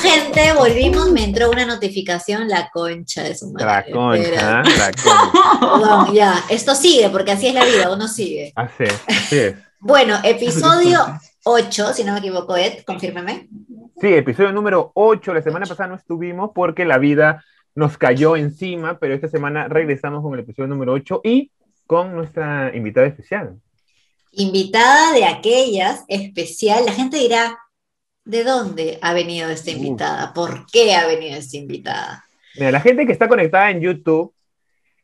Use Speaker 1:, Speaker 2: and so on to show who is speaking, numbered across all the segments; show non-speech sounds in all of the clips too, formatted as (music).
Speaker 1: gente, volvimos, me entró una notificación, la concha de su madre.
Speaker 2: La concha,
Speaker 1: Espera.
Speaker 2: ¿eh? la
Speaker 3: (laughs)
Speaker 2: concha.
Speaker 1: Perdón, ya, esto sigue, porque así es la vida, uno sigue.
Speaker 2: Así es, así es.
Speaker 1: Bueno, episodio 8, si no me equivoco, Ed, confírmeme.
Speaker 2: Sí, episodio número 8. La semana pasada no estuvimos porque la vida nos cayó encima, pero esta semana regresamos con el episodio número 8 y con nuestra invitada especial.
Speaker 1: Invitada de aquellas, especial, la gente dirá, ¿de dónde ha venido esta invitada? ¿Por qué ha venido esta invitada?
Speaker 2: Mira, la gente que está conectada en YouTube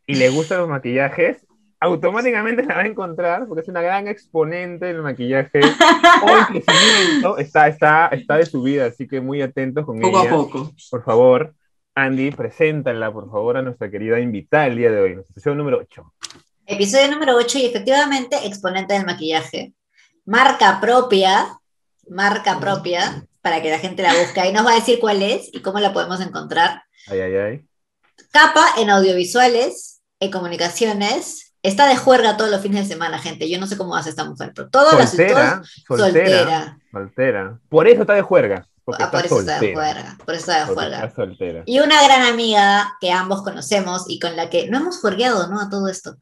Speaker 2: y le gustan los maquillajes, automáticamente la va a encontrar porque es una gran exponente del
Speaker 3: (laughs)
Speaker 2: maquillaje. Hoy crecimiento está, está, está de su vida, así que muy atentos con
Speaker 3: Poco a
Speaker 2: ella.
Speaker 3: poco.
Speaker 2: Por favor, Andy, preséntala, por favor, a nuestra querida invitada el día de hoy, nuestro episodio número 8.
Speaker 1: Episodio número 8 y efectivamente exponente del maquillaje. Marca propia,
Speaker 2: Mm.
Speaker 1: marca propia, para que la gente la busque. Y nos va a decir cuál es y cómo la podemos encontrar.
Speaker 2: Ay, ay, ay.
Speaker 1: Capa en audiovisuales, en comunicaciones. Está de juerga todos los fines de semana, gente. Yo no sé cómo hace esta mujer, pero todas
Speaker 2: Soltera,
Speaker 1: las
Speaker 2: soltera, soltera, Por eso está de juerga. Porque
Speaker 1: Ah,
Speaker 2: está
Speaker 1: por eso
Speaker 2: soltera.
Speaker 1: está de juerga. Por eso está de
Speaker 2: porque
Speaker 1: juerga.
Speaker 2: está soltera.
Speaker 1: Y una gran amiga que ambos conocemos y con la que no hemos juergueado, ¿no? A todo esto.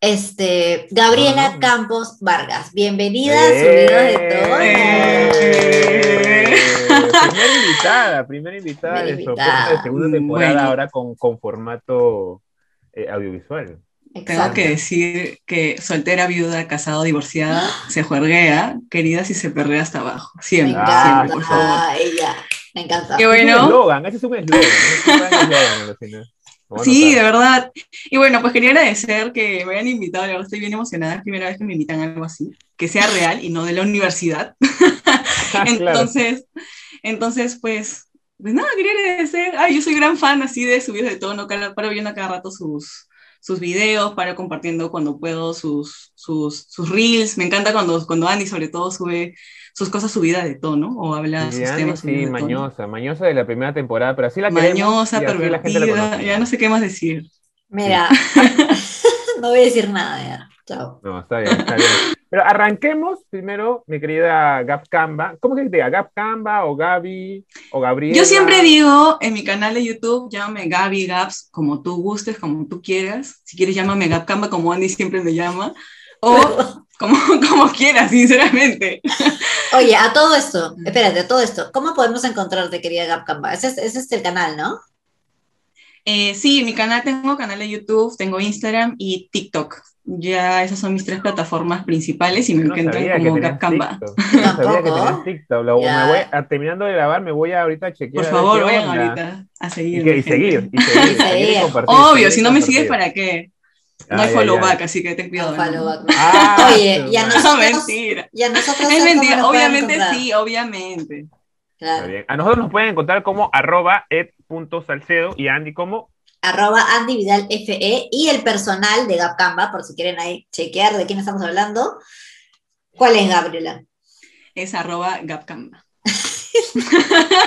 Speaker 1: Este, Gabriela
Speaker 2: No,
Speaker 3: Ah.
Speaker 2: no, no.
Speaker 1: Campos Vargas. Bienvenida a
Speaker 2: ¡Eh!
Speaker 1: Sonido de
Speaker 3: ¡Eh!
Speaker 1: Todo.
Speaker 2: Primera invitada, primera invitada
Speaker 1: Primera
Speaker 2: de
Speaker 1: invitada.
Speaker 2: sorpresa de segunda temporada
Speaker 3: Bueno.
Speaker 2: ahora con, con formato eh, audiovisual.
Speaker 3: Tengo
Speaker 1: Exacto.
Speaker 3: que decir que soltera, viuda, casado, divorciada, se juerguea, querida si se perrea hasta abajo.
Speaker 1: Me
Speaker 3: Siempre,
Speaker 2: Ah,
Speaker 1: encanta
Speaker 3: siempre, por favor.
Speaker 1: ella. Me encanta.
Speaker 3: Qué
Speaker 2: Es un
Speaker 3: bueno.
Speaker 2: eslogan, ese es un eslogan. ese es un gran eslogan, alucina. Lo voy a
Speaker 3: Sí, de
Speaker 2: anotar.
Speaker 3: verdad. Y bueno, pues quería agradecer que me hayan invitado. La verdad estoy bien emocionada. Es la primera vez que me invitan a algo así. Que sea real y no de la universidad.
Speaker 2: Ah, (laughs) claro.
Speaker 3: Entonces, entonces pues, pues nada, quería agradecer. Ay, yo soy gran fan así de subidas de tono. cada- Paro viendo a cada rato sus, sus videos, paro compartiendo cuando puedo sus, sus, sus reels. Me encanta cuando, cuando Andy, sobre todo, sube sus cosas subidas de tono o habla
Speaker 2: Sí,
Speaker 3: sus
Speaker 2: Andy,
Speaker 3: Ah, temas
Speaker 2: sí,
Speaker 3: subidos de tono.
Speaker 2: mañosa, mañosa de la primera temporada, pero así la queremos
Speaker 3: Mañosa,
Speaker 2: y así la gente la
Speaker 3: pervertida,
Speaker 2: conoce.
Speaker 3: ya no sé qué más decir.
Speaker 1: Mira, (laughs) no voy a decir nada ya. Chao.
Speaker 2: No, está bien, está bien. Pero arranquemos primero, mi querida Gab Camba. ¿Cómo que se diga? ¿Gab Camba o Gaby o Gabriela?
Speaker 3: Yo siempre digo en mi canal de YouTube, llámame Gaby Gaps, como tú gustes, como tú quieras. Si quieres, llámame Gab Camba, como Andy siempre me llama. O
Speaker 2: (laughs)
Speaker 3: como, como quieras, sinceramente.
Speaker 1: Oye, a todo esto,
Speaker 3: Mm.
Speaker 1: espérate, a todo esto, ¿cómo podemos encontrarte, querida Gab Camba? Ese es, ese es el canal,
Speaker 3: (laughs)
Speaker 1: ¿no?
Speaker 3: Eh, sí, en mi canal tengo canal de YouTube, tengo Instagram y TikTok. Ya esas son mis tres plataformas principales y me
Speaker 2: Yo no
Speaker 3: encuentran
Speaker 2: sabía que
Speaker 3: como
Speaker 2: tenías
Speaker 3: Gab Camba.
Speaker 2: TikTok. Yo no sabía que
Speaker 1: Tampoco.
Speaker 2: tenías TikTok. Lo-
Speaker 1: Ya.
Speaker 2: me voy a- terminando de grabar, me voy a ahorita a chequear. a
Speaker 3: Por
Speaker 2: ver
Speaker 3: favor,
Speaker 2: qué
Speaker 3: vayan
Speaker 2: onda.
Speaker 3: ahorita a
Speaker 2: Y,
Speaker 3: seguirme.
Speaker 2: que- y
Speaker 3: gente.
Speaker 2: seguir, y
Speaker 1: (laughs) Y
Speaker 2: seguir,
Speaker 1: seguir.
Speaker 2: seguir y compartir, seguir
Speaker 3: Obvio,
Speaker 2: y
Speaker 3: si no me
Speaker 2: compartir.
Speaker 3: sigues, ¿para qué? No
Speaker 2: Ay,
Speaker 3: hay
Speaker 2: ay,
Speaker 3: follow
Speaker 2: ay.
Speaker 3: back, así que ten cuidado.
Speaker 1: Un
Speaker 3: ¿no?
Speaker 1: follow back.
Speaker 2: Ah,
Speaker 1: Oye, ya
Speaker 2: bueno.
Speaker 1: no-
Speaker 3: (laughs) No, mentira.
Speaker 1: Y a nosotros
Speaker 3: Es
Speaker 1: ¿cómo nos
Speaker 3: mentira,
Speaker 1: pueden
Speaker 3: obviamente
Speaker 1: encontrar?
Speaker 3: sí, obviamente.
Speaker 2: Está
Speaker 1: Claro.
Speaker 2: bien. A nosotros nos pueden encontrar como arroba ed.salcedo y a Andy como
Speaker 1: Arroba Andy Vidal FE y el personal de Gab Camba, por si quieren ahí chequear de quién estamos hablando. ¿Cuál es, Gabriela?
Speaker 3: Es arroba gapcamba.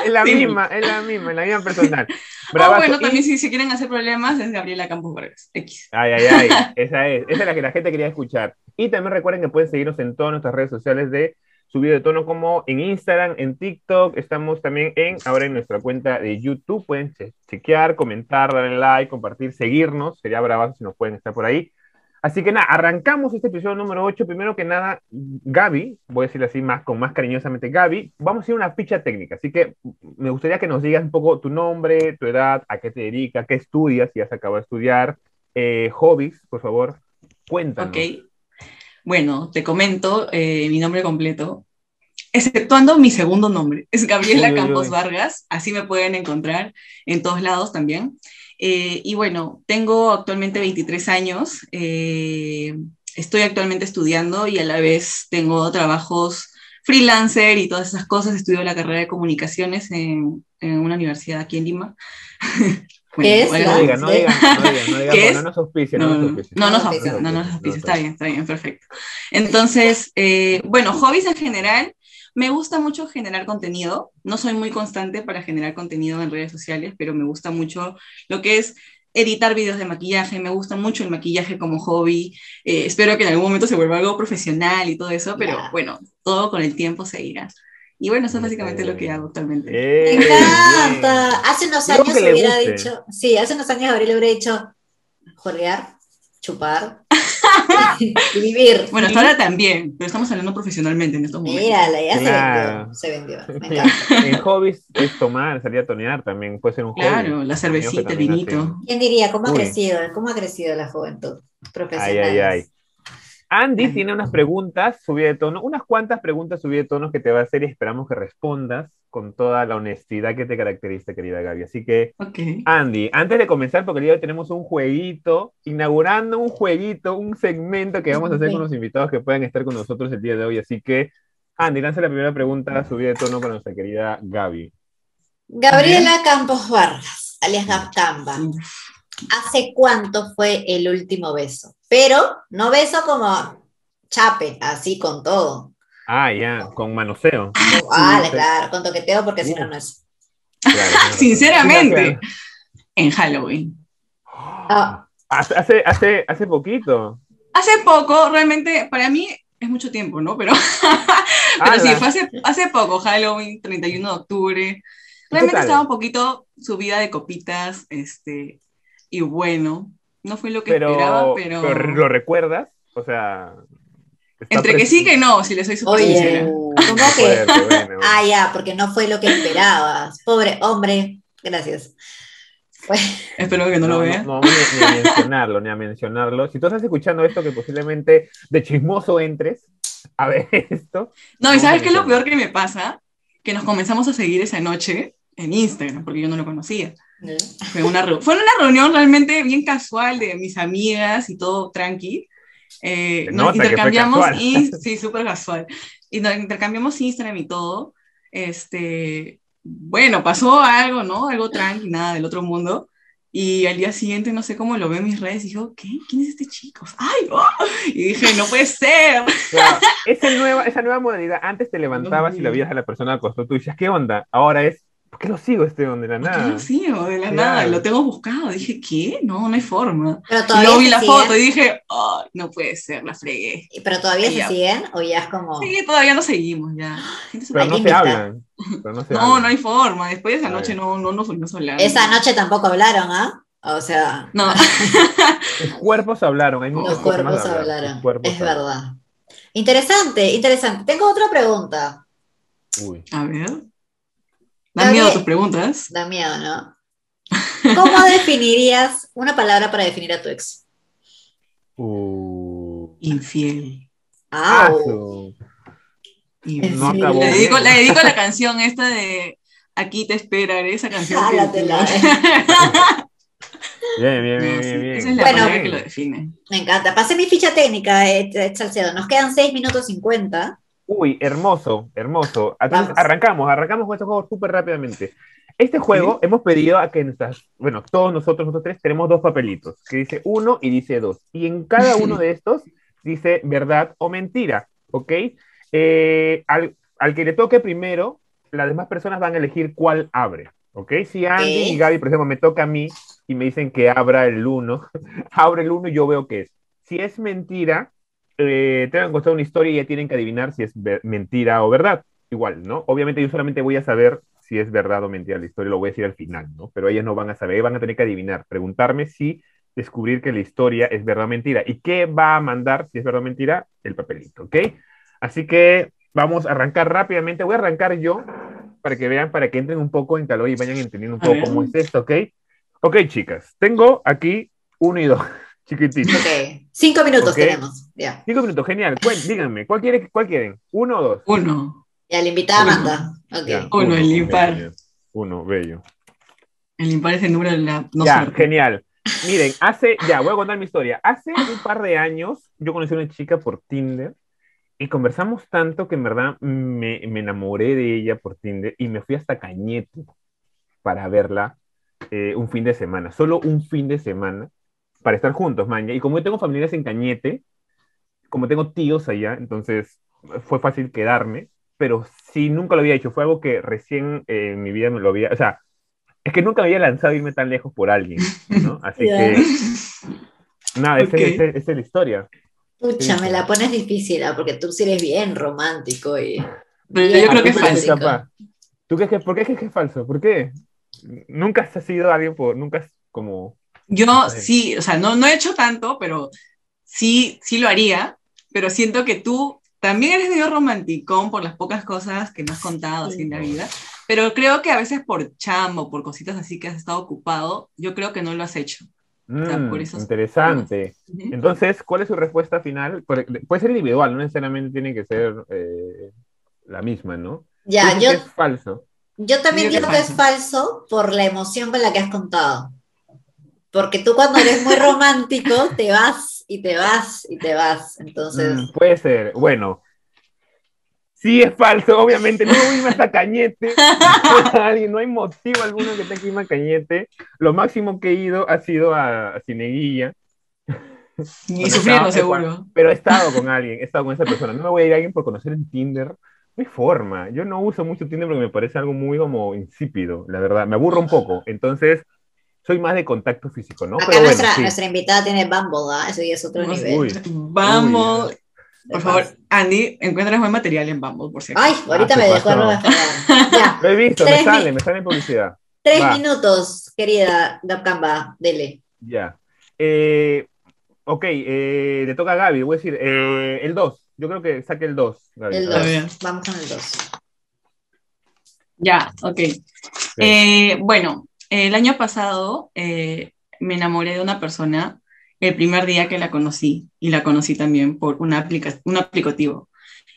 Speaker 2: es la
Speaker 3: Sí.
Speaker 2: misma, es la misma, es la misma
Speaker 3: (laughs)
Speaker 2: personal.
Speaker 3: O
Speaker 2: Bravazo.
Speaker 3: Oh, bueno,
Speaker 2: Y-
Speaker 3: también si se quieren hacer problemas, es Gabriela Campos Vargas. X.
Speaker 2: Ay, ay, ay, esa es, esa es la que la gente quería escuchar. Y también recuerden que pueden seguirnos en todas nuestras redes sociales de Subido de Tono, como en Instagram, en TikTok, estamos también en, ahora en nuestra cuenta de YouTube, pueden che- chequear, comentar, darle like, compartir, seguirnos, sería bravazo si nos pueden estar por ahí. Así que nada, arrancamos este episodio número 8, primero que nada, Gaby, voy a decirle así más, con más cariñosamente, Gaby, vamos a hacer una ficha técnica, así que me gustaría que nos digas un poco tu nombre, tu edad, a qué te dedicas, qué estudias, si has acabado de estudiar, eh, hobbies, por favor, cuéntanos.
Speaker 3: Ok. Bueno, te comento eh, mi nombre completo. Exceptuando mi segundo nombre, es
Speaker 2: (laughs)
Speaker 3: Gabriela
Speaker 2: Uy, uy,
Speaker 3: Campos
Speaker 2: uy.
Speaker 3: Vargas, así me pueden encontrar en todos lados también. Eh, y bueno, tengo actualmente 23 años, eh, estoy actualmente estudiando y a la vez tengo trabajos freelancer y todas esas cosas. Estudio la carrera de comunicaciones en, en una universidad aquí en Lima. (laughs) Bueno,
Speaker 1: ¿Qué es
Speaker 3: ahora-
Speaker 1: la-
Speaker 2: No digan, no digan, no digan, no digan,
Speaker 3: Ah, ¿Qué
Speaker 2: porque
Speaker 3: es?
Speaker 2: no nos auspician,
Speaker 3: no,
Speaker 2: no nos
Speaker 3: no,
Speaker 2: auspician.
Speaker 3: Mm, no nos
Speaker 1: No,
Speaker 3: auspicia,
Speaker 2: no, no,
Speaker 3: no nos
Speaker 2: no,
Speaker 3: auspicia,
Speaker 2: no,
Speaker 3: está bien, está bien, perfecto. Entonces, eh, bueno, hobbies en general, me gusta mucho generar contenido, no soy muy constante para generar contenido en redes sociales, pero me gusta mucho lo que es editar videos de maquillaje, me gusta mucho el maquillaje como hobby, eh, espero que en algún momento se vuelva algo profesional y todo eso, pero
Speaker 1: Ya.
Speaker 3: bueno, todo con el tiempo se irá. Y bueno, eso es básicamente lo que hago actualmente.
Speaker 1: Me
Speaker 2: Eh,
Speaker 1: encanta. Hace unos
Speaker 2: Creo
Speaker 1: años
Speaker 2: que le
Speaker 1: hubiera
Speaker 2: guste.
Speaker 1: dicho, sí, hace unos años Gabriel hubiera dicho jorgear,
Speaker 2: (laughs)
Speaker 1: chupar y vivir.
Speaker 3: Bueno, hasta ahora también, pero estamos hablando profesionalmente en estos momentos.
Speaker 1: Mira, la idea
Speaker 2: Claro.
Speaker 1: se vendió, se vendió. Me encanta.
Speaker 2: bien. (laughs) En hobbies es tomar, salir a tonear también, puede ser un
Speaker 3: Claro,
Speaker 2: hobby.
Speaker 3: la cervecita, el
Speaker 2: también
Speaker 3: vinito.
Speaker 1: ¿Quién diría cómo ha
Speaker 2: Uy.
Speaker 1: crecido? ¿Cómo ha crecido la juventud
Speaker 2: Ay,
Speaker 1: profesional?
Speaker 2: ay, ay. Andy
Speaker 3: Ay.
Speaker 2: tiene unas preguntas subida de tono, unas cuantas preguntas subida de tono que te va a hacer y esperamos que respondas con toda la honestidad que te caracteriza, querida Gaby. Así que,
Speaker 3: Ok.
Speaker 2: Andy, antes de comenzar, porque el día de hoy tenemos un jueguito, inaugurando un jueguito, un segmento que vamos a hacer
Speaker 1: Ok.
Speaker 2: con los invitados que puedan estar con nosotros el día de hoy. Así que, Andy, lanza la primera pregunta subida de tono para nuestra querida Gaby.
Speaker 1: Gabriela Campos Vargas, alias Gapcamba.
Speaker 3: Uf.
Speaker 1: ¿Hace cuánto fue el último beso? Pero no beso como chape, así con todo.
Speaker 2: Ah, ya, con manoseo.
Speaker 1: ah,
Speaker 3: pues".
Speaker 2: sí.
Speaker 1: claro, con toqueteo porque si no, no es.
Speaker 2: Claro, tienes razón.
Speaker 3: Sinceramente. En Halloween.
Speaker 1: Ah.
Speaker 2: Hace, hace, hace poquito.
Speaker 3: Hace poco, realmente, para mí es mucho tiempo, ¿no? Pero, (laughs) pero sí,
Speaker 2: Ala.
Speaker 3: fue hace, hace poco, Halloween, 31 de octubre.
Speaker 2: tal?
Speaker 3: Realmente estaba un poquito subida de copitas, este, y bueno, no fue lo que
Speaker 2: pero,
Speaker 3: esperaba, pero...
Speaker 2: pero ¿lo recuerdas? O sea... está
Speaker 3: Entre que
Speaker 2: pres-
Speaker 3: sí que no, si le soy súper
Speaker 1: Oye,
Speaker 3: sincera.
Speaker 1: ¿cómo que?
Speaker 2: Fuerte, bueno, bueno.
Speaker 1: Ah, ya, porque no fue lo que esperabas. Pobre hombre, gracias.
Speaker 3: Espero que no, lo vea.
Speaker 2: No, no, ni, ni a mencionarlo, ni a mencionarlo. Si tú estás escuchando esto, que posiblemente de chismoso entres a ver (laughs) esto.
Speaker 3: No, ¿y
Speaker 2: No,
Speaker 3: sabes qué es lo
Speaker 2: buenísimo.
Speaker 3: peor que me pasa? Que nos comenzamos a seguir esa noche en Instagram, porque yo no lo conocía. Fue una, reu- fue una reunión realmente bien casual de mis amigas y todo tranqui. Eh,
Speaker 2: Se nota
Speaker 3: nos
Speaker 2: que fue
Speaker 3: intercambiamos,
Speaker 2: casual.
Speaker 3: in-
Speaker 2: (laughs)
Speaker 3: sí, súper casual. Y nos intercambiamos Instagram y todo. Este, bueno, pasó algo, ¿no? Algo tranqui, nada del otro mundo. Y al día siguiente, no sé cómo lo veo en mis redes, y dijo, ¿qué? ¿Quién es este chico? ¡Ay! oh". (laughs) Y dije, no puede ser.
Speaker 2: Claro, esa, nueva, esa nueva modalidad, antes te levantabas y la veías a la persona al costado, tú decías, ¿qué onda? Ahora es, ¿por qué lo sigo este donde la
Speaker 3: ¿Por qué
Speaker 2: nada?
Speaker 3: lo sigo? De la
Speaker 2: Claro.
Speaker 3: nada, lo tengo buscado. Dije, ¿qué? No, no hay forma.
Speaker 1: Pero
Speaker 3: Y
Speaker 1: todavía
Speaker 3: luego vi
Speaker 1: se
Speaker 3: la
Speaker 1: siguen,
Speaker 3: foto y dije, oh, no puede ser, la fregué.
Speaker 1: pero todavía se
Speaker 3: Ya.
Speaker 1: siguen o ya es como
Speaker 3: Sí, todavía no seguimos ya. Gente
Speaker 2: Pero
Speaker 3: súper-
Speaker 2: no
Speaker 1: Hay
Speaker 2: se
Speaker 1: que
Speaker 3: (laughs)
Speaker 2: hablan. Pero no, se
Speaker 3: no,
Speaker 2: hablan.
Speaker 3: no hay forma. Después de esa
Speaker 2: Ay.
Speaker 3: noche no, no nos volvimos a hablar.
Speaker 1: esa noche tampoco hablaron, ¿ah? O sea,
Speaker 3: No,
Speaker 2: Los cuerpos hablaron, hay muchas
Speaker 1: los
Speaker 2: cosas más
Speaker 1: cuerpos
Speaker 2: de hablar. Los
Speaker 1: hablaron.
Speaker 2: cuerpos
Speaker 1: Es
Speaker 2: hablaron.
Speaker 1: verdad. Interesante, interesante. Tengo otra pregunta.
Speaker 2: Uy.
Speaker 3: a ver.
Speaker 1: Gabriel.
Speaker 3: Dan miedo tus preguntas.
Speaker 1: Da miedo, ¿no? ¿Cómo definirías una palabra para definir a tu ex?
Speaker 2: Uh.
Speaker 3: Infiel.
Speaker 1: Ah,
Speaker 2: Asu.
Speaker 3: infiel.
Speaker 2: No
Speaker 1: Sí.
Speaker 2: acabó.
Speaker 3: Le
Speaker 1: bien.
Speaker 3: dedico, le dedico la canción esta de Aquí te esperaré, esa canción. que-
Speaker 1: Jálatela.
Speaker 2: Bien, bien,
Speaker 3: No, (laughs)
Speaker 2: bien,
Speaker 3: sí,
Speaker 2: bien, bien.
Speaker 3: Esa es la
Speaker 1: Bueno.
Speaker 3: palabra que lo define.
Speaker 1: me encanta. Pasé mi ficha técnica, eh, eh, Salcedo. Nos quedan 6 minutos 50.
Speaker 2: Uy, hermoso, hermoso. Entonces,
Speaker 1: Vamos.
Speaker 2: arrancamos, arrancamos con estos juegos súper rápidamente. Este juego hemos pedido a que nuestras, bueno, todos nosotros, nosotros tres, tenemos dos papelitos, que dice uno y dice dos. Y en cada uno de estos dice verdad o mentira, ¿ok? Eh, al, al que le toque primero, las demás personas van a elegir cuál abre, ¿ok? Si Andy
Speaker 1: Ok.
Speaker 2: y Gaby, por ejemplo, me toca a mí y me dicen que abra el uno, (laughs) abre el uno y yo veo qué es. Si es mentira, eh, te van a contar una historia y ya tienen que adivinar si es ver- mentira o verdad. Igual, ¿no? Obviamente yo solamente voy a saber si es verdad o mentira la historia, lo voy a decir al final, ¿no? Pero ellas no van a saber, van a tener que adivinar, preguntarme si descubrir que la historia es verdad o mentira. ¿Y qué va a mandar si es verdad o mentira? El papelito, ¿ok? Así que vamos a arrancar rápidamente. Voy a arrancar yo para que vean, para que entren un poco en calor y vayan entendiendo un
Speaker 3: A
Speaker 2: poco
Speaker 3: ver.
Speaker 2: cómo es esto, ¿ok? Ok, chicas, tengo aquí uno y dos, (laughs) chiquititos.
Speaker 1: Ok. 5 minutos
Speaker 2: Ok.
Speaker 1: tenemos. Ya.
Speaker 2: Cinco minutos, genial. Cuál- díganme, ¿cuál, quiere, ¿cuál quieren? ¿Uno o dos?
Speaker 3: Uno,
Speaker 1: Ya, la invitada
Speaker 3: Uno.
Speaker 1: manda. Ok.
Speaker 2: Ya,
Speaker 3: Uno, el
Speaker 2: bello,
Speaker 3: impar.
Speaker 2: ya. Uno, bello.
Speaker 3: el impar es el número de la no
Speaker 2: ya,
Speaker 3: suerte.
Speaker 2: genial. Miren, hace, ya, voy a contar mi historia. Hace un par de años yo conocí a una chica por Tinder y conversamos tanto que en verdad me, me enamoré de ella por Tinder y me fui hasta Cañete para verla eh, un fin de semana, solo un fin de semana para estar juntos, maña. Y como yo tengo familiares en Cañete, como tengo tíos allá, entonces fue fácil quedarme, pero sí, nunca lo había hecho. Fue algo que recién eh, en mi vida me lo había, o sea, es que nunca me había lanzado a irme tan lejos por alguien, ¿no? Así
Speaker 1: Ya.
Speaker 2: que, nada, esa
Speaker 3: Ok.
Speaker 2: es- esa es- esa es la historia.
Speaker 1: Pucha,
Speaker 2: Sí.
Speaker 1: me la pones difícil, ah, porque tú sí eres bien romántico y
Speaker 3: Pero yo
Speaker 1: Ah,
Speaker 3: creo
Speaker 2: ¿Tú
Speaker 3: que es
Speaker 2: crees
Speaker 3: falso.
Speaker 1: básico.
Speaker 2: capaz? ¿Tú crees que, ¿Por qué crees que es falso? ¿Por qué? Nunca has sido alguien por. Nunca has como.
Speaker 3: Yo
Speaker 2: Sí.
Speaker 3: sí, o sea, no, no he hecho tanto, pero sí, sí lo haría, pero siento que tú también eres medio romanticón por las pocas cosas que me has contado así
Speaker 1: Sí.
Speaker 3: en la vida, pero creo que a veces por chamo, por cositas así que has estado ocupado, yo creo que no lo has hecho. sea,
Speaker 2: Mm,
Speaker 3: Ah, por eso-
Speaker 2: interesante.
Speaker 3: Ujú.
Speaker 2: Entonces, ¿cuál es su respuesta final? Puede puede ser individual, no necesariamente tiene que ser eh, la misma, ¿no? ¿Tú
Speaker 1: Ya,
Speaker 2: dices
Speaker 1: yo,
Speaker 2: que es falso.
Speaker 1: yo también
Speaker 3: Yo creo
Speaker 1: digo
Speaker 3: que
Speaker 1: que
Speaker 3: es
Speaker 1: es falso por la emoción con la que has contado. Porque tú cuando eres muy romántico, te vas y te vas y te vas. Entonces,
Speaker 2: Mm, puede ser. Bueno. Sí es falso, obviamente. No hubo más a
Speaker 1: (laughs)
Speaker 2: Cañete. (laughs) Alguien, no hay motivo alguno que tenga que irme a Cañete. Lo máximo que he ido ha sido a, a Cineguilla,
Speaker 3: Y
Speaker 2: Bueno,
Speaker 3: sufriendo
Speaker 2: estaba-
Speaker 3: seguro.
Speaker 2: pero he estado con alguien, he estado con esa persona. No me voy a ir a alguien por conocer en Tinder. No hay forma. Yo no uso mucho Tinder porque me parece algo muy como insípido, la verdad. Me aburro un poco. Entonces, soy más de contacto físico, ¿no?
Speaker 1: acá
Speaker 2: Pero bueno,
Speaker 1: nuestra,
Speaker 2: sí.
Speaker 1: nuestra invitada tiene Bumble, ¿ah? Eso ya es otro
Speaker 3: No sé.
Speaker 1: nivel.
Speaker 2: Uy.
Speaker 3: Vamos,
Speaker 1: de
Speaker 3: por
Speaker 1: paz.
Speaker 3: favor, Andy, encuentras buen material en Bumble, por si acaso.
Speaker 1: Ay, ahorita
Speaker 2: Ah,
Speaker 1: me
Speaker 2: se
Speaker 1: dejó
Speaker 2: pasó.
Speaker 1: algo de fregar. Ya,
Speaker 2: (laughs) Lo he visto, me
Speaker 1: Tres mil-
Speaker 2: sale, me sale en publicidad.
Speaker 1: tres
Speaker 2: Va.
Speaker 1: minutos, querida Dapcamba, dele.
Speaker 2: Ya. Eh, ok, eh, le toca a Gaby, voy a decir eh, el 2. Yo creo que saque el 2, Gaby.
Speaker 1: El
Speaker 2: A ver,
Speaker 3: Está
Speaker 1: 2.
Speaker 3: bien.
Speaker 1: Vamos con el 2.
Speaker 3: Ya, ok. Eh, bueno, el año pasado eh, me enamoré de una persona el primer día que la conocí y la conocí también por una aplica- un aplicativo.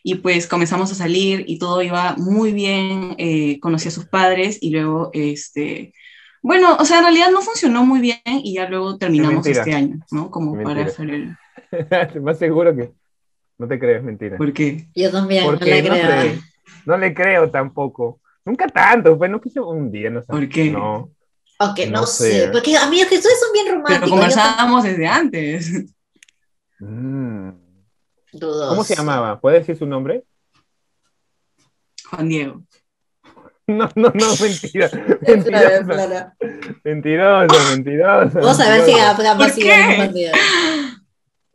Speaker 3: Y pues comenzamos a salir y todo iba muy bien, eh, conocí a sus padres y luego, este, bueno, o sea, en realidad no funcionó muy bien y ya luego terminamos
Speaker 2: mentira.
Speaker 3: este año, ¿no? Como para
Speaker 2: Mentira.
Speaker 3: hacer
Speaker 2: (laughs)
Speaker 3: el...
Speaker 2: Más seguro que. No te crees, mentira.
Speaker 3: ¿Por qué?
Speaker 1: Yo también, no
Speaker 2: Porque
Speaker 1: le
Speaker 2: no
Speaker 1: creo.
Speaker 2: sé. No le creo tampoco. Nunca tanto, pues no quise un día, no sé.
Speaker 3: ¿Por qué?
Speaker 2: No.
Speaker 1: Aunque no,
Speaker 2: No
Speaker 1: sé.
Speaker 2: sé.
Speaker 1: Porque amigos que ustedes son bien románticos.
Speaker 3: Pero
Speaker 1: yo
Speaker 3: conversábamos desde antes. (laughs)
Speaker 2: Mm.
Speaker 1: también dudoso.
Speaker 2: ¿Cómo se llamaba? ¿Puedes decir su nombre? (laughs)
Speaker 3: Juan Diego.
Speaker 2: No, no, no,
Speaker 1: (laughs)
Speaker 2: mentira.
Speaker 1: Claro,
Speaker 2: Mentiroso,
Speaker 1: claro.
Speaker 2: mentiroso, mentiroso.
Speaker 1: Vamos a ver si
Speaker 2: mentiroso.
Speaker 1: Dapcamba
Speaker 3: ¿Por
Speaker 1: sigue
Speaker 3: qué?
Speaker 1: en un buen día.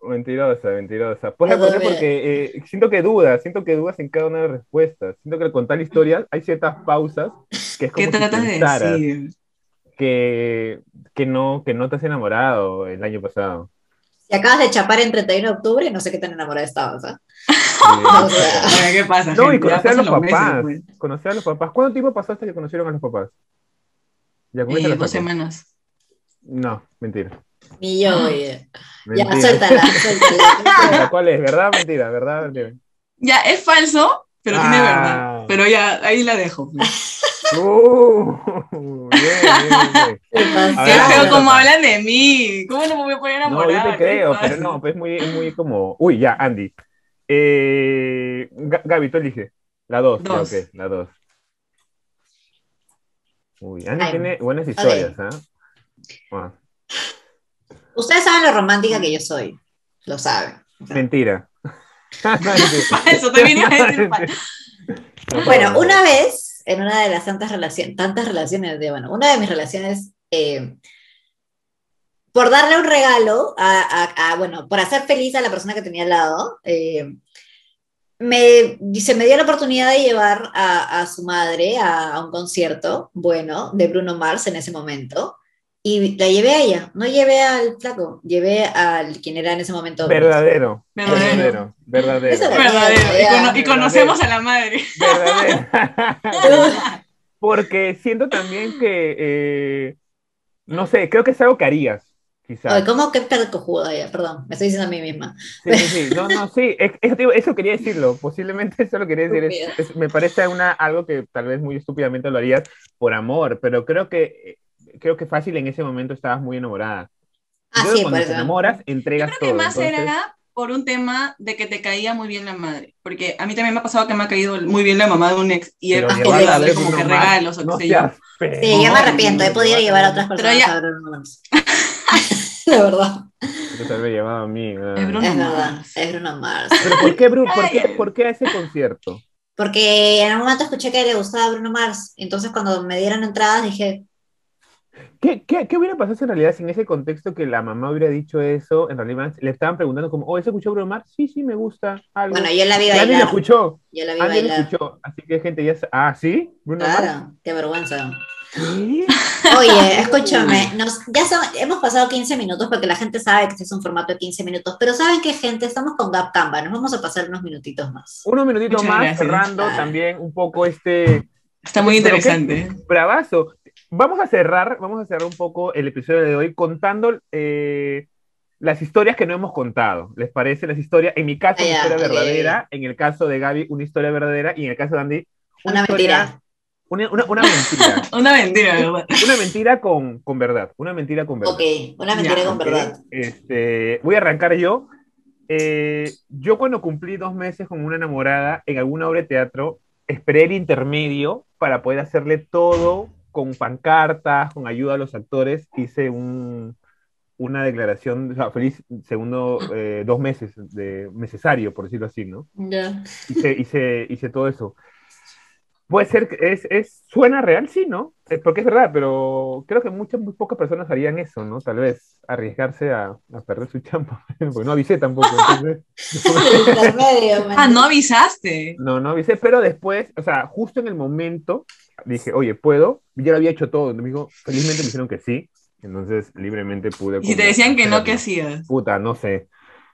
Speaker 2: Mentirosa, mentirosa. Pues
Speaker 1: Todo
Speaker 2: ¿por qué?
Speaker 1: bien.
Speaker 2: porque eh, siento que dudas, siento que dudas en cada una de las respuestas. Siento que al contar la historia hay ciertas pausas que es
Speaker 3: ¿Qué
Speaker 2: como si
Speaker 3: tratas de
Speaker 2: pensaras
Speaker 3: decir?
Speaker 2: que, que, no, que no te has enamorado el año
Speaker 1: (laughs)
Speaker 2: pasado.
Speaker 1: Si acabas de chapar en 31 de octubre, no sé qué tan enamorada estabas. ¿ah? O
Speaker 2: Sí.
Speaker 1: sea,
Speaker 3: Ahora, ¿qué pasa?
Speaker 2: No, y
Speaker 3: gente? Ya
Speaker 2: conocer a los
Speaker 3: pasan meses,
Speaker 2: papás.
Speaker 3: pues.
Speaker 2: Conocer a los papás. ¿Cuánto tiempo pasó hasta que conocieron a los papás? Ya con esta
Speaker 3: Eh,
Speaker 2: la
Speaker 3: dos
Speaker 2: saco.
Speaker 3: semanas.
Speaker 2: No, mentira.
Speaker 1: ni yo,
Speaker 3: Ah.
Speaker 1: oye. Ya,
Speaker 2: Mentira. (laughs)
Speaker 1: suéltala, suéltala.
Speaker 2: Mentira, ¿Cuál es? ¿Verdad? Mentira, ¿verdad? Mentira.
Speaker 3: Ya, es falso, pero tiene
Speaker 2: Ah.
Speaker 3: verdad. Pero ya, ahí la dejo. pues.
Speaker 2: Uh, (laughs) bien, bien, bien.
Speaker 1: Qué
Speaker 2: A
Speaker 3: Qué
Speaker 2: ver,
Speaker 1: pasada.
Speaker 3: feo
Speaker 2: vamos.
Speaker 3: como hablan de mí. ¿Cómo no me voy a poner
Speaker 2: No,
Speaker 3: (laughs) enamorada?
Speaker 2: yo te
Speaker 3: ¿Qué
Speaker 2: creo,
Speaker 3: pasa?
Speaker 2: pero
Speaker 3: (laughs)
Speaker 2: no, pues es muy, es muy como. Uy, ya, Andy. Eh, Ga- Gaby, tú elige. La 2, ya,
Speaker 3: Dos.
Speaker 2: ok, la 2. Uy, Andy
Speaker 1: Ay.
Speaker 2: tiene buenas historias, ¿ah? Ah,
Speaker 1: Ustedes saben lo romántica que yo soy. Lo saben.
Speaker 3: (laughs)
Speaker 2: mentira. (laughs)
Speaker 3: Falso, también iba a decir falso.
Speaker 1: Bueno, una vez, en una de las tantas relaciones, tantas relaciones de, bueno, una de mis relaciones, eh, por darle un regalo a, a- a, bueno, por hacer feliz a la persona que tenía al lado, eh, me, se me dio la oportunidad de llevar a, a su madre a, a un concierto, bueno, de Bruno Mars en ese momento, y la llevé a ella, no llevé al flaco, llevé al quien era en ese momento.
Speaker 2: Verdadero. Verdadero.
Speaker 3: Verdadero.
Speaker 2: Verdadero.
Speaker 1: Eso era-
Speaker 3: Verdadero. Y, cono- y
Speaker 2: Verdadero.
Speaker 3: conocemos a
Speaker 2: (laughs)
Speaker 3: la madre. (laughs)
Speaker 2: Verdadero. (laughs) Porque siento también que. eh, no sé, creo que es algo que harías, quizás.
Speaker 1: Ay, ¿Cómo que percojuda ella? Perdón, me estoy diciendo a mí misma.
Speaker 2: Sí, sí, sí. No, no, sí. Es- Eso, te digo, eso quería decirlo. Posiblemente (laughs) eso lo quería decir. Es- es- me parece una, algo que tal vez muy estúpidamente lo harías por amor, pero creo que, eh, creo que fácil en ese momento estabas muy enamorada.
Speaker 1: Ah,
Speaker 2: Creo que
Speaker 1: sí, por
Speaker 2: cuando te
Speaker 1: eso.
Speaker 2: enamoras, entregas
Speaker 3: Creo
Speaker 2: todo.
Speaker 3: que más
Speaker 2: entonces-
Speaker 3: era por un tema de que te caía muy bien la madre. Porque a mí también me ha pasado que me ha caído muy bien la mamá de un ex. Y he
Speaker 2: Pero
Speaker 3: más
Speaker 2: llevarla
Speaker 3: (laughs) podido
Speaker 2: a
Speaker 3: darle
Speaker 2: ver
Speaker 3: como
Speaker 2: Bruno
Speaker 3: que
Speaker 2: Mars,
Speaker 3: regalos o
Speaker 2: no
Speaker 3: qué sé yo.
Speaker 2: seas feo.
Speaker 1: Sí, ya me arrepiento, he podido llevar a otras
Speaker 3: Pero
Speaker 1: personas
Speaker 3: ya-
Speaker 1: a Bruno Mars. (laughs) La verdad,
Speaker 2: Entonces, haberme llevado a mí. ah.
Speaker 3: Es Bruno
Speaker 1: es verdad,
Speaker 3: Mars.
Speaker 1: es Bruno Mars.
Speaker 2: Pero ¿por qué, Bruno? ¿Por qué, por qué a ese concierto?
Speaker 1: Porque en algún momento escuché que le gustaba Bruno Mars, entonces cuando me dieron entradas dije,
Speaker 2: ¿Qué, qué, qué hubiera pasado si en realidad sin ese contexto que la mamá hubiera dicho eso? En realidad le estaban preguntando como, oh, ¿eso escuchó Bruno Mars? Sí, sí, me gusta. Algo.
Speaker 1: Bueno, yo la vi
Speaker 2: Y
Speaker 1: bailar.
Speaker 2: Alguien lo escuchó.
Speaker 1: Yo la vi
Speaker 2: Alguien lo
Speaker 1: bailar.
Speaker 2: escuchó. Así que gente ya sa- Ah, ¿sí? Bruno Mars.
Speaker 1: Claro, qué vergüenza.
Speaker 2: ¿Sí?
Speaker 3: (laughs)
Speaker 1: Oye, escúchame, nos, ya son, hemos pasado 15 minutos porque la gente sabe que este es un formato de 15 minutos, pero ¿saben qué, gente? Estamos con Gap Canva, nos vamos a pasar unos minutitos más.
Speaker 2: Unos minutitos
Speaker 3: Muchas
Speaker 2: más,
Speaker 3: gracias.
Speaker 2: cerrando también un poco este
Speaker 3: Está muy
Speaker 2: Pero qué-
Speaker 3: interesante.
Speaker 2: Bravazo. Vamos a cerrar, vamos a cerrar un poco el episodio de hoy contando eh, las historias que no hemos contado. ¿Les parece? Las historias, en mi caso,
Speaker 1: Ah,
Speaker 2: una
Speaker 1: ya,
Speaker 2: historia
Speaker 1: ya, ya,
Speaker 2: verdadera, en el caso de Gaby, una historia verdadera, y en el caso de Andy, una,
Speaker 1: Una
Speaker 2: historia-
Speaker 1: mentira.
Speaker 2: Una, una-
Speaker 1: (laughs)
Speaker 2: una mentira.
Speaker 3: Una mentira, ¿verdad?
Speaker 2: una mentira con, con verdad. Una mentira con verdad.
Speaker 1: Ok, una mentira
Speaker 3: Ya,
Speaker 1: con
Speaker 2: Ok,
Speaker 1: verdad.
Speaker 2: Este, voy a arrancar yo. Eh, yo cuando cumplí dos meses con una enamorada en alguna obra de teatro, esperé el intermedio para poder hacerle todo con pancartas, con ayuda a los actores. Hice un- una declaración, o sea, feliz segundo, eh, dos meses de necesario, por decirlo así, ¿no?
Speaker 1: Ya.
Speaker 2: hice, hice, hice todo eso. Puede ser que es, es, suena real, sí, ¿no? Eh, Porque es verdad, pero creo que muchas, muy pocas personas harían eso, ¿no? Tal vez arriesgarse a, a perder su champa, (laughs) porque no avisé tampoco. entonces,
Speaker 1: El intermedio, man.
Speaker 3: (laughs) Ah, no avisaste.
Speaker 2: no, no avisé, pero después, o sea, justo en el momento, dije, oye, ¿puedo? Ya lo había hecho todo, me dijo, felizmente me dijeron que sí, entonces libremente pude.
Speaker 3: Y si te
Speaker 2: como
Speaker 3: decían que no, ¿qué
Speaker 2: hacerlo.
Speaker 3: hacías?
Speaker 2: Puta, no sé.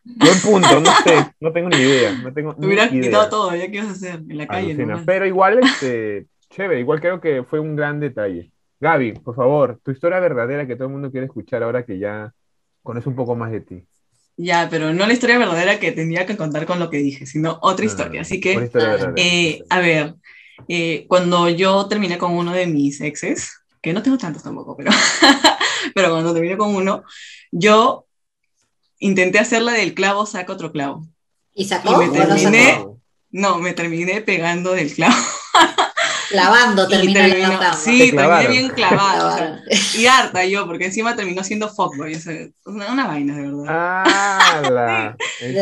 Speaker 2: Buen punto, no sé, no tengo ni idea, no tengo
Speaker 3: Te
Speaker 2: ni
Speaker 3: hubieras
Speaker 2: idea.
Speaker 3: quitado todo, ya qué ibas a hacer en la calle.
Speaker 2: Alucina.
Speaker 3: nomás.
Speaker 2: Pero igual, este, chévere, igual creo que fue un gran detalle. Gaby, por favor, tu historia verdadera que todo el mundo quiere escuchar ahora que ya conoce un poco más de ti.
Speaker 3: Ya, pero no la historia verdadera que tendría que contar con lo que dije, sino
Speaker 2: Ah,
Speaker 3: otra historia. Así que
Speaker 2: Una historia
Speaker 1: ah,
Speaker 2: verdadera.
Speaker 3: Eh, a ver, eh, cuando yo terminé con uno de mis exes, que no tengo tantos tampoco, pero, (laughs) pero cuando terminé con uno, yo intenté hacerla del clavo saca otro clavo.
Speaker 1: ¿Y
Speaker 3: y
Speaker 1: sacó? ¿O
Speaker 3: me
Speaker 1: no
Speaker 3: terminé-
Speaker 1: sacó?
Speaker 3: No, me terminé pegando del clavo.
Speaker 1: Clavando,
Speaker 3: (laughs) y
Speaker 1: termina
Speaker 3: terminó-
Speaker 1: la Gap
Speaker 3: sí,
Speaker 2: Te clavaron.
Speaker 3: terminé bien
Speaker 1: (laughs)
Speaker 3: clavada. o sea,
Speaker 1: Clavado.
Speaker 3: y harta yo, porque encima terminó siendo fuckboy. o sea, una, una vaina, de verdad.
Speaker 2: Ah, la.
Speaker 1: verdad?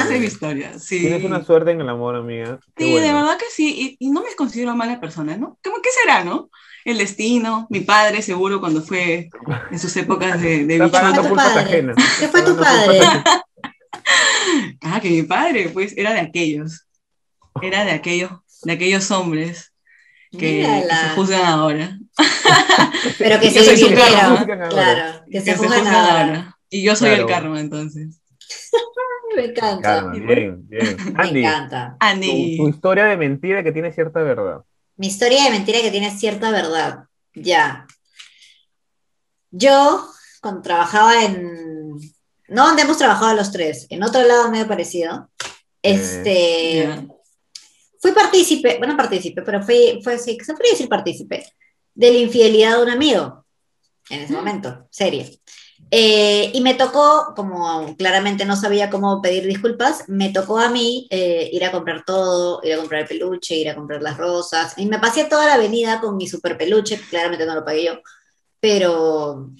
Speaker 3: Esa es mi historia, sí.
Speaker 2: Tienes una suerte en el amor, amiga. Qué
Speaker 3: Sí, de
Speaker 2: bueno.
Speaker 3: verdad que sí, y, y no me considero mala persona, ¿no? ¿Cómo qué será, no? El destino, mi padre seguro cuando fue en sus épocas de, de
Speaker 2: Está pagando
Speaker 1: tu
Speaker 3: bichota.
Speaker 2: culpas
Speaker 1: padre?
Speaker 2: ajenas.
Speaker 1: ¿Qué fue tu
Speaker 2: Está pagando
Speaker 1: padre?
Speaker 2: culpas ajenas.
Speaker 3: Ah, que mi padre, pues, era de aquellos, era de aquellos, de aquellos hombres que, que
Speaker 1: Mírala.
Speaker 3: se juzgan ahora.
Speaker 1: Pero
Speaker 2: (laughs)
Speaker 1: que
Speaker 3: Yo
Speaker 1: se
Speaker 3: soy su
Speaker 1: divirtieron,
Speaker 3: karma.
Speaker 2: Juzgan ahora.
Speaker 1: Claro, que se juzgan ahora.
Speaker 3: Y yo soy el
Speaker 2: Claro.
Speaker 3: karma, entonces.
Speaker 1: Me encanta.
Speaker 2: Calma, bien, bien.
Speaker 1: Me
Speaker 2: Andy,
Speaker 1: encanta.
Speaker 3: Andy,
Speaker 2: tu, tu historia de mentira que tiene cierta verdad.
Speaker 1: Mi historia de mentira que tiene cierta verdad. Ya. Yo, cuando trabajaba en. No donde hemos trabajado los tres, en otro lado medio parecido.
Speaker 2: Eh,
Speaker 1: Este.
Speaker 3: ya.
Speaker 1: Fui partícipe, bueno, partícipe, pero fui, fue así, se podría decir partícipe, de la infidelidad de un amigo en ese momento, serio. Eh, y me tocó, como claramente no sabía cómo pedir disculpas, me tocó a mí eh, ir a comprar todo, ir a comprar el peluche, ir a comprar las rosas. Y me pasé toda la avenida con mi super peluche, que claramente no lo pagué yo, pero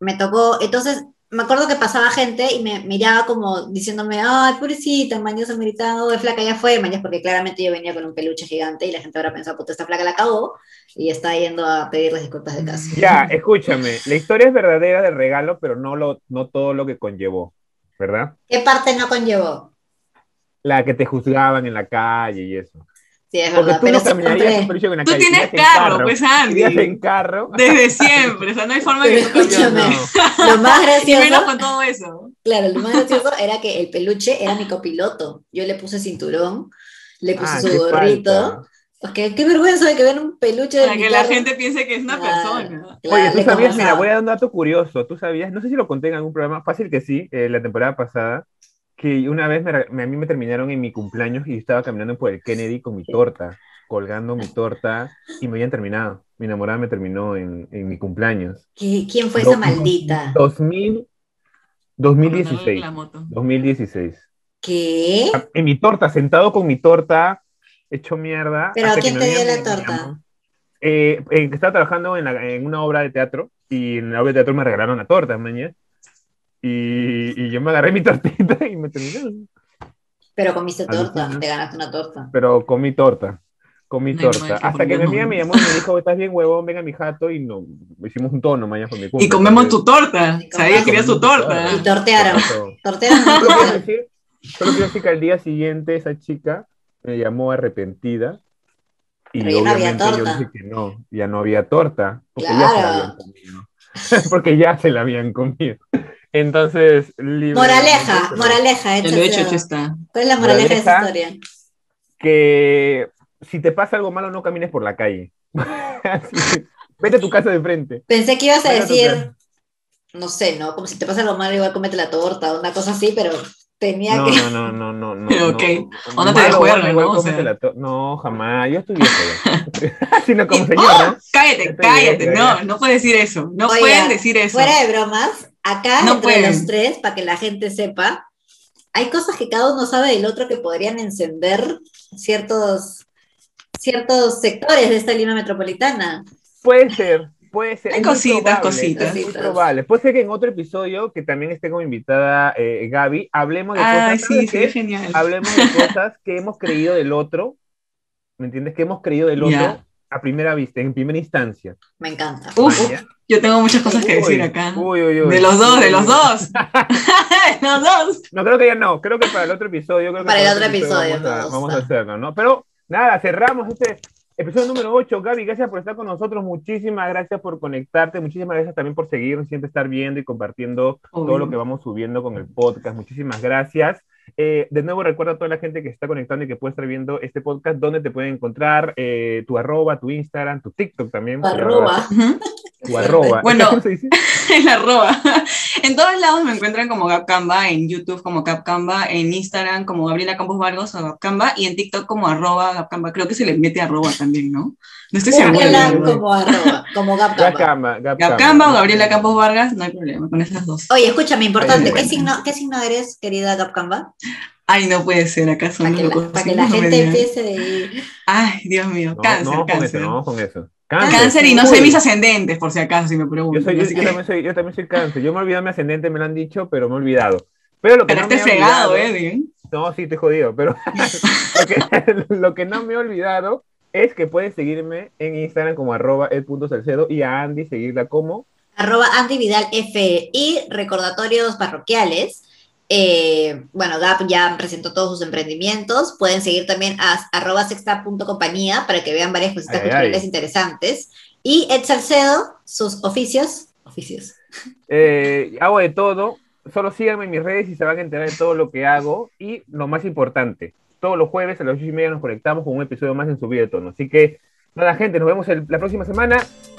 Speaker 1: me tocó. Entonces, me acuerdo que pasaba gente y me miraba como diciéndome, ay, pobrecita, mañana se meritado, de flaca ya fue, mañana porque claramente yo venía con un peluche gigante y la gente habrá pensado, puta, esta flaca la cagó y está yendo a pedir las disculpas de casa.
Speaker 2: Ya, escúchame, la historia es verdadera del regalo, pero no, lo, no todo lo que conllevó, ¿verdad?
Speaker 1: ¿Qué parte no conllevó?
Speaker 2: La que te juzgaban en la calle y eso.
Speaker 1: Sí, es
Speaker 2: Porque
Speaker 1: verdad,
Speaker 2: tú
Speaker 1: pero
Speaker 2: no
Speaker 1: sí
Speaker 2: caminarías con
Speaker 1: compré.
Speaker 2: peluche en la
Speaker 3: Tú
Speaker 2: calle.
Speaker 3: tienes
Speaker 2: irías en
Speaker 3: carro, pues
Speaker 2: Irías en
Speaker 3: Andy,
Speaker 2: carro.
Speaker 3: desde siempre, o sea, no hay forma de que tú cambies.
Speaker 1: Escúchame.
Speaker 2: No.
Speaker 1: Lo más
Speaker 3: (laughs) Y menos
Speaker 1: gracioso,
Speaker 3: con todo eso.
Speaker 1: claro,
Speaker 3: (laughs)
Speaker 1: lo más gracioso era que el peluche era mi copiloto. Yo le puse cinturón, le puse
Speaker 2: Ah,
Speaker 1: su
Speaker 2: qué
Speaker 1: gorrito.
Speaker 2: falta.
Speaker 1: Porque qué vergüenza de que vean un peluche de
Speaker 3: Para
Speaker 1: mi
Speaker 3: que la
Speaker 1: carro.
Speaker 3: gente piense que es una
Speaker 1: Claro.
Speaker 3: persona.
Speaker 1: Claro,
Speaker 2: Oye, tú
Speaker 1: le
Speaker 2: sabías, mira,
Speaker 1: compensaba.
Speaker 2: voy a dar un dato curioso. Tú sabías, no sé si lo conté en algún programa, fácil que sí, eh, la temporada pasada, que una vez me re- me- a mí me terminaron en mi cumpleaños y yo estaba caminando por el Kennedy con mi torta, colgando mi torta y me habían terminado. Mi enamorada me terminó en, en mi cumpleaños.
Speaker 1: ¿Qui- ¿Quién fue
Speaker 2: No,
Speaker 1: esa maldita?
Speaker 2: 2000,
Speaker 3: Por mandarle
Speaker 2: 2016.
Speaker 3: La moto.
Speaker 2: 2016.
Speaker 1: ¿Qué?
Speaker 2: En mi torta, sentado con mi torta, hecho mierda.
Speaker 1: ¿Pero
Speaker 2: hasta que
Speaker 1: quién
Speaker 2: me
Speaker 1: te dio
Speaker 2: habían-
Speaker 1: la torta?
Speaker 2: Eh, eh, estaba trabajando en, la- en una obra de teatro y en la obra de teatro me regalaron la torta, mañana. Y, y yo me agarré mi tortita y me terminaron.
Speaker 1: Pero comiste torta,
Speaker 2: Alucina.
Speaker 1: te ganaste una torta.
Speaker 2: Pero comí torta. con mi
Speaker 3: No hay
Speaker 2: torta.
Speaker 3: manera,
Speaker 2: Hasta que mi
Speaker 3: porque
Speaker 2: amiga
Speaker 3: no.
Speaker 2: me llamó y me dijo, estás bien huevón, ven a mi jato y no, hicimos un tono mañana con mi cumple.
Speaker 3: Y comemos tu torta.
Speaker 1: Y
Speaker 3: O sea, ella
Speaker 1: comemos
Speaker 3: quería su
Speaker 2: tu
Speaker 3: torta.
Speaker 1: Y tortearon.
Speaker 2: Eso.
Speaker 1: Tortearon.
Speaker 2: (laughs) Solo
Speaker 1: (laughs)
Speaker 2: quiero decir- solo quiero decir que al día siguiente esa chica me llamó arrepentida. Y
Speaker 1: Pero ya no había
Speaker 2: obviamente yo
Speaker 1: torta.
Speaker 2: dije que no, ya no había torta, porque ya se la
Speaker 1: Claro.
Speaker 2: habían comido. (laughs) porque ya se la habían comido. Entonces, libre-
Speaker 1: Moraleja, moraleja.
Speaker 3: Te lo he
Speaker 1: échase
Speaker 3: hecho,
Speaker 1: a-
Speaker 3: hecho está.
Speaker 1: ¿Cuál es la moraleja de esa
Speaker 2: Moraleja.
Speaker 1: historia?
Speaker 2: Que si te pasa algo malo, no camines por la calle. (laughs) Así que Vete a tu casa de frente.
Speaker 1: Pensé que ibas a
Speaker 2: Bueno, tú
Speaker 1: decir, no sé, ¿no? Como si te pasa algo malo, igual comete la torta, una cosa así, pero tenía
Speaker 2: No,
Speaker 1: que. (laughs)
Speaker 2: no, no, no, no. no
Speaker 3: Ok.
Speaker 2: no.
Speaker 3: Onda te
Speaker 2: Malo,
Speaker 3: descuerda,
Speaker 2: bueno, igual
Speaker 3: ¿no? O
Speaker 2: cómete
Speaker 3: sea.
Speaker 2: la to- No, jamás. Yo estoy viejo (laughs) ya. Sino como
Speaker 3: Y-
Speaker 2: señor, ¿no?
Speaker 3: ¡Oh! Cállate,
Speaker 2: Ya te
Speaker 3: cállate.
Speaker 2: diré,
Speaker 3: No,
Speaker 2: ya.
Speaker 3: no puedes decir eso. No
Speaker 1: Oiga,
Speaker 3: pueden decir eso.
Speaker 1: Fuera de bromas, acá
Speaker 3: No
Speaker 1: entre
Speaker 3: pueden.
Speaker 1: los tres, para que la gente sepa, hay cosas que cada uno sabe del otro que podrían encender ciertos, ciertos sectores de esta Lima metropolitana.
Speaker 2: Puede ser, puede ser.
Speaker 3: Hay
Speaker 2: es muy
Speaker 3: cositas,
Speaker 2: probable,
Speaker 3: cositas.
Speaker 2: es muy probable. Puede ser que en otro episodio, que también esté como invitada eh, Gaby, hablemos de
Speaker 3: Ay,
Speaker 2: cosas.
Speaker 3: sí,
Speaker 2: ¿sabes
Speaker 3: sí,
Speaker 2: qué?
Speaker 3: genial.
Speaker 2: Hablemos de cosas que hemos creído del otro. ¿Me entiendes? Que hemos creído del otro
Speaker 3: Ya.
Speaker 2: a primera vista, en primera instancia.
Speaker 1: Me encanta.
Speaker 3: Uf,
Speaker 2: Vaya.
Speaker 3: yo tengo muchas cosas que decir
Speaker 2: Uy,
Speaker 3: acá.
Speaker 2: uy, uy, uy.
Speaker 3: De los dos, de
Speaker 2: Uy,
Speaker 3: los
Speaker 2: uy.
Speaker 3: dos. (laughs) De los dos.
Speaker 2: No, creo que ya no, creo que para el otro episodio. creo que
Speaker 1: Para el otro episodio,
Speaker 2: vamos, a,
Speaker 1: todos,
Speaker 2: vamos a
Speaker 1: ah.
Speaker 2: hacerlo, ¿no? Pero nada, cerramos este episodio número 8. Gaby, gracias por estar con nosotros, muchísimas gracias por conectarte, muchísimas gracias también por seguirnos, siempre estar viendo y compartiendo todo
Speaker 3: Obvio.
Speaker 2: lo que vamos subiendo con el podcast. Muchísimas gracias. Eh, de nuevo, recuerda a toda la gente que está conectando y que puede estar viendo este podcast, dónde te pueden encontrar eh, tu arroba, tu Instagram, tu TikTok también.
Speaker 1: Tu arroba.
Speaker 3: Ujú.
Speaker 2: Tu arroba. (laughs)
Speaker 3: Bueno,
Speaker 2: ¿Cómo se dice?
Speaker 3: (laughs) en la arroba. En todos lados me encuentran como Gapcamba, en YouTube como Gapcamba, en Instagram como Gabriela Campos Vargas o Gapcamba y en TikTok como arroba Gapcamba. Creo que se le mete arroba también, ¿no? No estoy segura.
Speaker 1: Búsquenla
Speaker 3: la verdad.
Speaker 1: como arroba, como gapcamba.
Speaker 2: Gapcamba, Gapcamba.
Speaker 3: Gapcamba o Gabriela Campos Vargas, no hay problema con esas dos.
Speaker 1: Oye, escúchame, importante, ¿qué
Speaker 3: Bueno.
Speaker 1: signo, ¿qué signo eres, querida Gapcamba?
Speaker 3: Ay, no puede ser, acaso
Speaker 1: Para
Speaker 3: no
Speaker 1: que la,
Speaker 3: lo
Speaker 1: para que la
Speaker 3: consigo, no me
Speaker 1: gente
Speaker 3: digan.
Speaker 1: empiece de ir.
Speaker 3: Ay, Dios mío,
Speaker 2: No,
Speaker 3: cáncer,
Speaker 2: no, con eso,
Speaker 3: cáncer.
Speaker 2: no, con eso.
Speaker 3: Cáncer y no sé
Speaker 2: Uy.
Speaker 3: mis ascendentes, por si acaso, si me preguntan.
Speaker 2: Yo, soy, yo,
Speaker 3: Así
Speaker 2: yo
Speaker 3: que- (laughs)
Speaker 2: también soy, yo también soy cáncer. Yo me he olvidado mi ascendente, me lo han dicho, pero me he olvidado. Pero lo que
Speaker 3: pero
Speaker 2: no me
Speaker 3: este
Speaker 2: he
Speaker 3: fregado,
Speaker 2: olvidado-
Speaker 3: ¿eh?
Speaker 2: No, sí, estoy jodido,
Speaker 3: (laughs)
Speaker 2: pero (laughs) lo, que, (laughs) lo que no me he olvidado es que puedes seguirme en Instagram como arroba el punto salcedo y a Andy seguirla como
Speaker 1: Arroba Andy Vidal F y recordatorios parroquiales. Eh, bueno, Gap ya presentó todos sus emprendimientos. Pueden seguir también a arroba sexta.compañía para que vean varias cositas
Speaker 2: Ay, ay.
Speaker 1: culturales interesantes. Y Ed Salcedo, sus oficios. Oficios.
Speaker 2: eh, hago de todo. Solo síganme en mis redes y se van a enterar de todo lo que hago. Y lo más importante, todos los jueves a las 8 y media nos conectamos con un episodio más en subida de tono. Así que, nada, gente, nos vemos el- la próxima semana.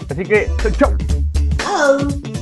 Speaker 2: Así que, chau, chau.
Speaker 1: Au.